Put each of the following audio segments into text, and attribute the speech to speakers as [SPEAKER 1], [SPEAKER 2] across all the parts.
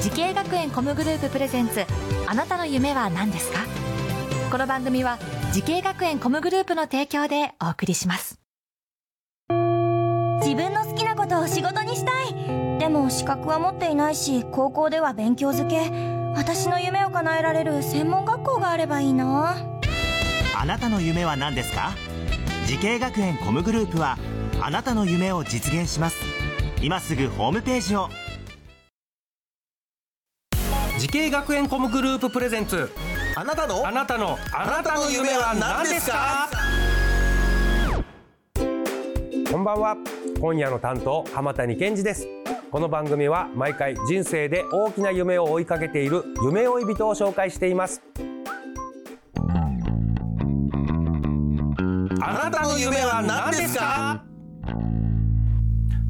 [SPEAKER 1] 時系学園コムグループプレゼンツあなたの夢は何ですかこの番組は時系学園コムグループの提供でお送りします
[SPEAKER 2] 自分の好きなことを仕事にしたいでも資格は持っていないし高校では勉強づけ私の夢を叶えられる専門学校があればいいな
[SPEAKER 3] あなたの夢は何ですか時系学園コムグループはあなたの夢を実現します今すぐホームページを
[SPEAKER 4] 時系学園コムグループプレゼンツ
[SPEAKER 5] あなたの
[SPEAKER 4] あなたのあなたの夢は何ですか
[SPEAKER 6] こんばんは今夜の担当浜谷健二ですこの番組は毎回人生で大きな夢を追いかけている夢追い人を紹介しています
[SPEAKER 4] あなたの夢は何ですか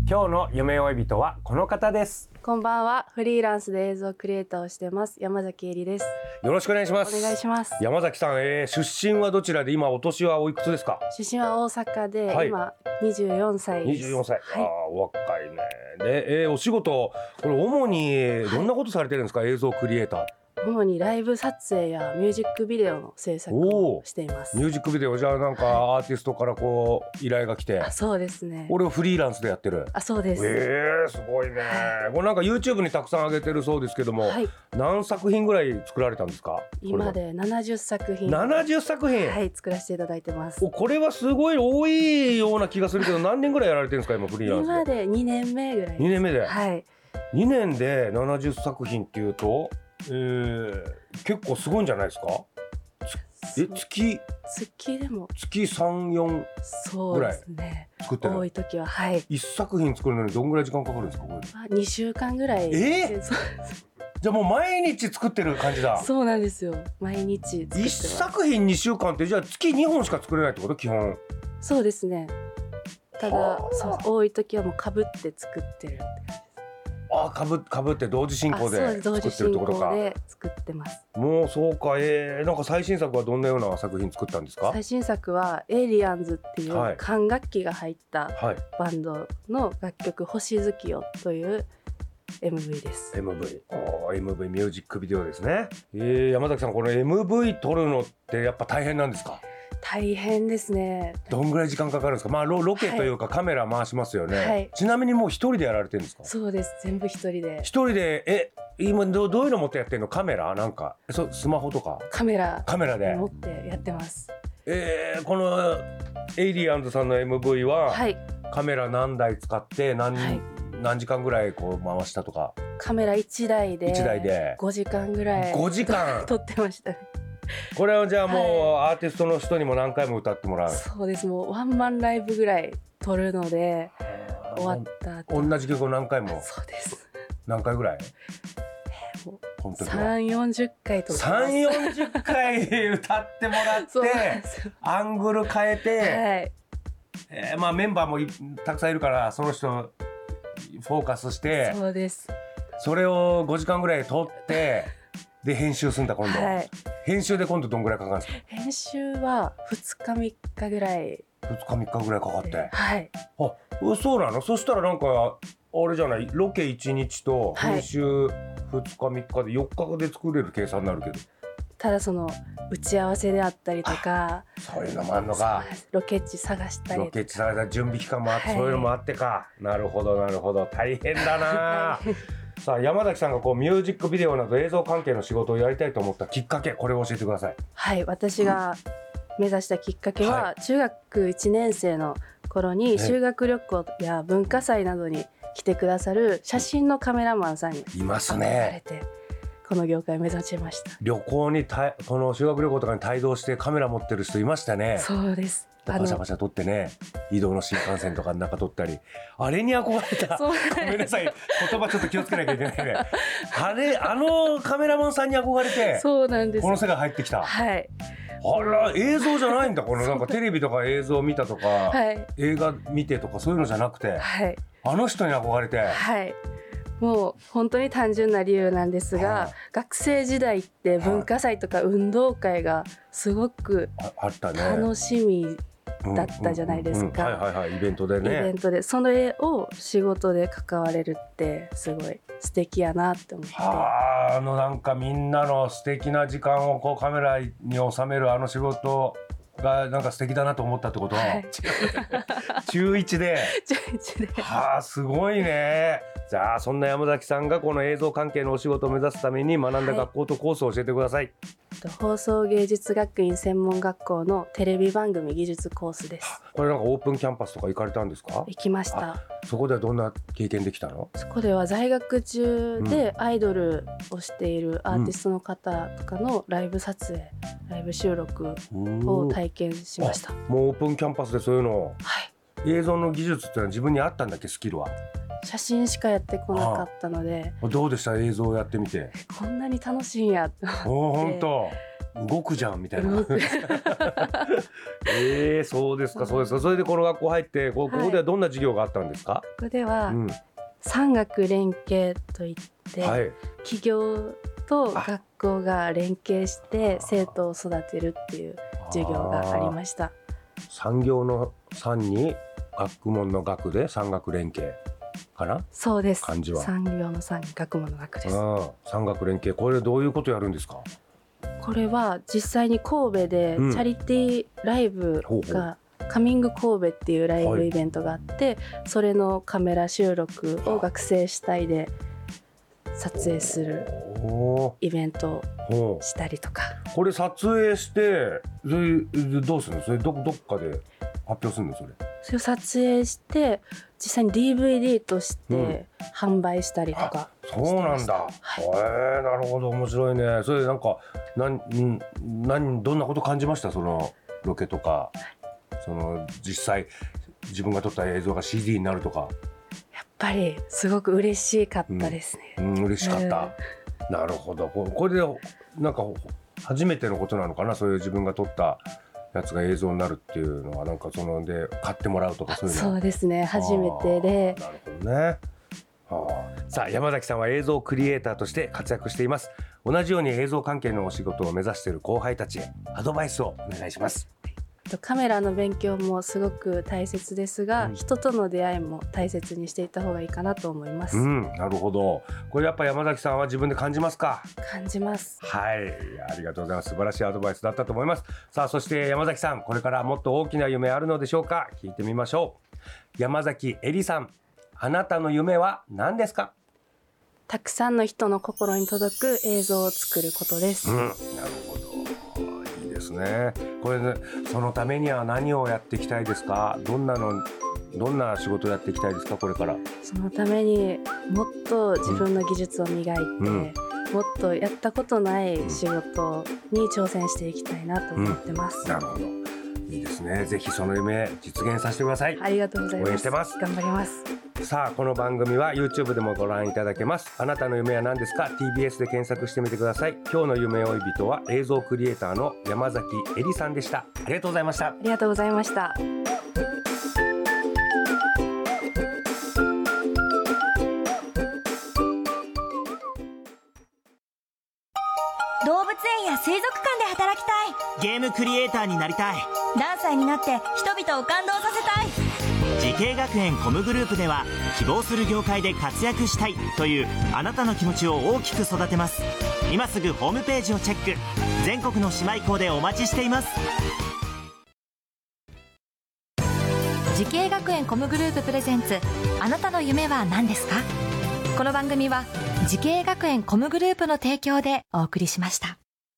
[SPEAKER 6] 今日の夢追い人はこの方です
[SPEAKER 7] こんばんは。フリーランスで映像クリエイターをしてます。山崎えりです。
[SPEAKER 6] よろしくお願いします
[SPEAKER 7] お願いします。
[SPEAKER 6] 山崎さん、えー、出身はどちらで今お年はおいくつですか
[SPEAKER 7] 出身は大阪で、
[SPEAKER 6] はい
[SPEAKER 7] 今24歳です。
[SPEAKER 6] 24歳、あ
[SPEAKER 7] は
[SPEAKER 6] あ
[SPEAKER 7] い。
[SPEAKER 6] お若いねで、えー、お仕事これ主にどんなことされてるんですか、映像クリエイター
[SPEAKER 7] 主にライブ撮影やミュージックビデオの制作
[SPEAKER 6] お
[SPEAKER 7] を
[SPEAKER 6] ー
[SPEAKER 7] しています
[SPEAKER 6] ミ。ュージックビデオじゃあなんかアーティストからこう依頼が来て
[SPEAKER 7] あ、そうですね。
[SPEAKER 6] 俺をフリーランスでやってる
[SPEAKER 7] あ、そうです。
[SPEAKER 6] えー、すごいね。これなんか YouTube にたくさん上げてるそうですけども、
[SPEAKER 7] はい。
[SPEAKER 6] 何作品ぐらい作られたんですか？
[SPEAKER 7] 今で70作
[SPEAKER 6] こ
[SPEAKER 7] 品。
[SPEAKER 6] れは。70作品。
[SPEAKER 7] はい、作らせていただいてます
[SPEAKER 6] お。これはすごい多いような気がするけど、何年ぐらいやられてるんですか今フリーラン
[SPEAKER 7] 今
[SPEAKER 6] スで？
[SPEAKER 7] で2年目ぐらい。
[SPEAKER 6] 2年目で。
[SPEAKER 7] はい。
[SPEAKER 6] 2年で70作品っていうと、えー、結構すごいんじゃないですか？え
[SPEAKER 7] そう
[SPEAKER 6] 月
[SPEAKER 7] 月でも
[SPEAKER 6] 月3、4
[SPEAKER 7] そうですね。
[SPEAKER 6] 作って
[SPEAKER 7] 多
[SPEAKER 6] る。
[SPEAKER 7] い時ははい。
[SPEAKER 6] 一作品作るのにどんぐらい時間かかるんですかこれ？
[SPEAKER 7] まあ2週間ぐらい。
[SPEAKER 6] え
[SPEAKER 7] そう
[SPEAKER 6] じゃあもう毎日作ってる感じだ。
[SPEAKER 7] そうなんですよ。毎日作ってま
[SPEAKER 6] 一
[SPEAKER 7] す。
[SPEAKER 6] 作品2週間ってじゃあ月2本しか作れないってこと基本
[SPEAKER 7] そうですね。ただ、そう多い時はもうかぶって作ってるって感
[SPEAKER 6] あかぶかぶって同時進行
[SPEAKER 7] じです。あ、そうで。
[SPEAKER 6] です作
[SPEAKER 7] 同時
[SPEAKER 6] ってるっ
[SPEAKER 7] 進
[SPEAKER 6] てこと
[SPEAKER 7] 行
[SPEAKER 6] か
[SPEAKER 7] で作ってます。
[SPEAKER 6] もうそうかえー、なんか最新作はどんなような作品作ったんですか
[SPEAKER 7] 最新作はエイリアンズってい
[SPEAKER 6] はいう
[SPEAKER 7] 管楽器が入った
[SPEAKER 6] はい
[SPEAKER 7] バンドの楽曲星月夜という MV です。
[SPEAKER 6] MV おー MV ミュージックビデオですねえー、山崎さんこの MV 撮るのってやっぱ大変なんですか
[SPEAKER 7] 大変ですね。
[SPEAKER 6] どんぐらい時間かかるんですかまあロロケ
[SPEAKER 7] はい
[SPEAKER 6] というかカメラ回しますよね、
[SPEAKER 7] はい
[SPEAKER 6] ちなみにもう一人でやられてるんですか
[SPEAKER 7] そうです。全部一人で
[SPEAKER 6] 一人でえ今どどういうの持ってやってんのカメラなんかそスマホとか
[SPEAKER 7] カメラ
[SPEAKER 6] カメラで
[SPEAKER 7] 持ってやってます。
[SPEAKER 6] えー、このエイリアンズさんの MV は、
[SPEAKER 7] はい。
[SPEAKER 6] カメラ何台使って何,、
[SPEAKER 7] はい
[SPEAKER 6] 何時間ぐらいこう回したとか
[SPEAKER 7] カメラ一台で
[SPEAKER 6] 一台で
[SPEAKER 7] 5時間ぐらい
[SPEAKER 6] 5時間
[SPEAKER 7] 撮ってましたね。
[SPEAKER 6] これはじゃあもう、アーティストの人にも何回も歌ってもらう
[SPEAKER 7] そうですもうワンマンライブぐらい撮るので終わった後
[SPEAKER 6] 同じ曲を何回も
[SPEAKER 7] そうです
[SPEAKER 6] 何回ぐらい
[SPEAKER 7] もう
[SPEAKER 6] この時は
[SPEAKER 7] 3 4 0回とか
[SPEAKER 6] 3 4 0回歌ってもらっ
[SPEAKER 7] そうなん
[SPEAKER 6] て
[SPEAKER 7] ですよ
[SPEAKER 6] アングル変えて、
[SPEAKER 7] はい
[SPEAKER 6] えーまあ、メンバーもいたくさんいるからその人フォーカスして
[SPEAKER 7] そうです
[SPEAKER 6] それを5時間ぐらい撮 ってで編集するんだ今度、
[SPEAKER 7] はい
[SPEAKER 6] 編集で今度どんぐらいかかるんですか
[SPEAKER 7] 編集は2日3日ぐらい
[SPEAKER 6] 2日3日ぐらいかかって
[SPEAKER 7] はい
[SPEAKER 6] あうそうなのそしたらなんかあれじゃないロケ1日と
[SPEAKER 7] はい
[SPEAKER 6] 編集2日3日で4日で作れる計算になるけど、
[SPEAKER 7] ただその打ち合わせであったりとか
[SPEAKER 6] そういうのもあんのか
[SPEAKER 7] そうですロケ地探したり
[SPEAKER 6] ロ
[SPEAKER 7] とか
[SPEAKER 6] ケ地された準備期間もあって、
[SPEAKER 7] はい
[SPEAKER 6] そういうのもあってかなるほどなるほど大変だな
[SPEAKER 7] はい
[SPEAKER 6] さあ山崎さんがこうミュージックビデオなど映像関係の仕事をやりたいと思ったきっかけこれを教えてください
[SPEAKER 7] はい私が目指したきっかけは、
[SPEAKER 6] は
[SPEAKER 7] 中学1年生の頃に
[SPEAKER 6] はい
[SPEAKER 7] 修学旅行や文化祭などに来てくださる写真のカメラマンさんに
[SPEAKER 6] います
[SPEAKER 7] 憧
[SPEAKER 6] ね
[SPEAKER 7] れて、この業界を目指しました、
[SPEAKER 6] 旅行にたこの修学旅行とかに帯同してカメラ持ってる人いましたね
[SPEAKER 7] そうですあ
[SPEAKER 6] パ
[SPEAKER 7] の
[SPEAKER 6] シャパシャ撮ってね移動の新幹線とかの中撮ったりあれに憧れた
[SPEAKER 7] そう
[SPEAKER 6] ごめんなさい言葉ちょっと気をつけなきゃいけないねあれあのカメラマンさんに憧れて
[SPEAKER 7] そうなんです
[SPEAKER 6] この世界入ってきたあ
[SPEAKER 7] はい
[SPEAKER 6] ら映像じゃないん だこのなんかテレビとか映像見たとか、
[SPEAKER 7] はい
[SPEAKER 6] 映画見てとかそういうのじゃなくて
[SPEAKER 7] はい
[SPEAKER 6] あの人に憧れて
[SPEAKER 7] はいもう本当に単純な理由なんですが、
[SPEAKER 6] はい
[SPEAKER 7] 学生時代って文化祭とか運動会がすごく
[SPEAKER 6] ああったね
[SPEAKER 7] 楽しみだったじゃないですか
[SPEAKER 6] うんうんうんはいはいはいイベントで
[SPEAKER 7] イベ
[SPEAKER 6] ね
[SPEAKER 7] ントでそれを仕事で関われるってすごい素敵やなって思って
[SPEAKER 6] はああのなんかみんなの素敵な時間をこうカメラに収めるあの仕事がなんか素敵だなと思ったってこと、
[SPEAKER 7] はい
[SPEAKER 6] 中1で
[SPEAKER 7] じゃあ一年
[SPEAKER 6] はあすごいねじゃあそんな山崎さんがこの映像関係のお仕事を目指すために学んだ
[SPEAKER 7] はい
[SPEAKER 6] 学校とコースを教えてください、
[SPEAKER 7] 放送芸術学院専門学校のテレビ番組技術コースです
[SPEAKER 6] これなんかオープンキャンパスとか行かれたんですか
[SPEAKER 7] 行きました
[SPEAKER 6] そこではどんな経験できたの
[SPEAKER 7] そこでは在学中でアイドルをしているアーティストの方とかのライブ撮影ライブ収録を体験しました
[SPEAKER 6] もうオープンキャンパスでそういうのを
[SPEAKER 7] はい
[SPEAKER 6] 映像の技術っていうのは自分にあったんだっけスキルは
[SPEAKER 7] 写真しかやってこなかったので
[SPEAKER 6] どうでした映像をやってみて
[SPEAKER 7] こんなに楽しいんやって
[SPEAKER 6] おお本当動くじゃんみたい
[SPEAKER 7] 思
[SPEAKER 6] な
[SPEAKER 7] って
[SPEAKER 6] えー、そうですかそうですかそれでこの学校入ってこうここではどんな授業があったんですか、
[SPEAKER 7] ここでは
[SPEAKER 6] うん
[SPEAKER 7] 産学連携といって、
[SPEAKER 6] はい
[SPEAKER 7] 企業と学校が連携して生徒を育てるっていう授業がありました
[SPEAKER 6] 産業の産に学問の学で産学連携かな、
[SPEAKER 7] そうです
[SPEAKER 6] 漢字は
[SPEAKER 7] 産業の産学問の学です
[SPEAKER 6] うん、産学連携これどういうことやるんですか
[SPEAKER 7] これは実際に神戸でチ
[SPEAKER 6] うん
[SPEAKER 7] ャリティーライブ
[SPEAKER 6] ほうほ
[SPEAKER 7] が、カミング神戸っていうライブイベントがあって、それのカメラ収録を学生主体で撮影する
[SPEAKER 6] お
[SPEAKER 7] イベントを
[SPEAKER 6] ーほう
[SPEAKER 7] したりとか
[SPEAKER 6] これ撮影してそれどうするのそれどどっかで発表するのそれ
[SPEAKER 7] それを撮影して実際に DVD とし
[SPEAKER 6] うん
[SPEAKER 7] て販売したりとか、
[SPEAKER 6] そうなんだ
[SPEAKER 7] は
[SPEAKER 6] へえー、なるほど面白いねそれでなんかなんんなんどんなこと感じましたそのロケとかその実際自分が撮った映像が CD になるとか
[SPEAKER 7] やっぱりすごく嬉しかったですね、
[SPEAKER 6] うん、嬉しかった、なるほどここれでなんか初めてのことなのかなそういう自分が撮ったやつが映像になるっていうのはなんかそので買ってもらうとかそういうの
[SPEAKER 7] そうですね初めてで
[SPEAKER 6] あーなるほどねはあさあ山崎さんは映像クリエイターとして活躍しています同じように映像関係のお仕事を目指している後輩たちへアドバイスをお願いします
[SPEAKER 7] とカメラの勉強もすごく大切ですが、
[SPEAKER 6] うん
[SPEAKER 7] 人との出会いも大切にしていった方がいいかなと思います、
[SPEAKER 6] うんなるほどこれやっぱ山崎さんは自分で感じますか
[SPEAKER 7] 感じます
[SPEAKER 6] はい、ありがとうございます。素晴らしいアドバイスだったと思います。さあ、そして山崎さん、これからもっと大きな夢あるのでしょうか聞いてみましょう。山崎えりさん、あなたの夢は何ですか
[SPEAKER 7] たくさんの人の心に届く映像を作ることです、
[SPEAKER 6] うん、なるほど。いいですね。これね、そのためには何をやっていきたいですかどんなの、どんな仕事をやっていきたいですかこれから。
[SPEAKER 7] そのためにもっと自分の技術を磨いて、
[SPEAKER 6] ん
[SPEAKER 7] もっとやったことない仕事に挑戦していきたいなと思ってます、
[SPEAKER 6] なるほど。いいですね。ぜひその夢、実現させてください。
[SPEAKER 7] ありがとうございます
[SPEAKER 6] 応援してます
[SPEAKER 7] 頑張ります
[SPEAKER 6] さあこの番組は YouTube でもご覧いただけますあなたの夢は何ですか TBS で検索してみてください今日の夢追い人は映像クリエイターの山崎えりさんでしたありがとうございました
[SPEAKER 7] ありがとうございました
[SPEAKER 2] 動物園や水族館で働きたい
[SPEAKER 3] ゲームクリエイターになりたい
[SPEAKER 2] 何歳になって人々を感動させたい
[SPEAKER 3] 時系学園コムグループでは希望する業界で活躍したいというあなたの気持ちを大きく育てます今すぐホームページをチェック全国の姉妹校でお待ちしています
[SPEAKER 1] 時系学園コムグループプレゼンツあなたの夢は何ですかこの番組は時系学園コムグループの提供でお送りしました。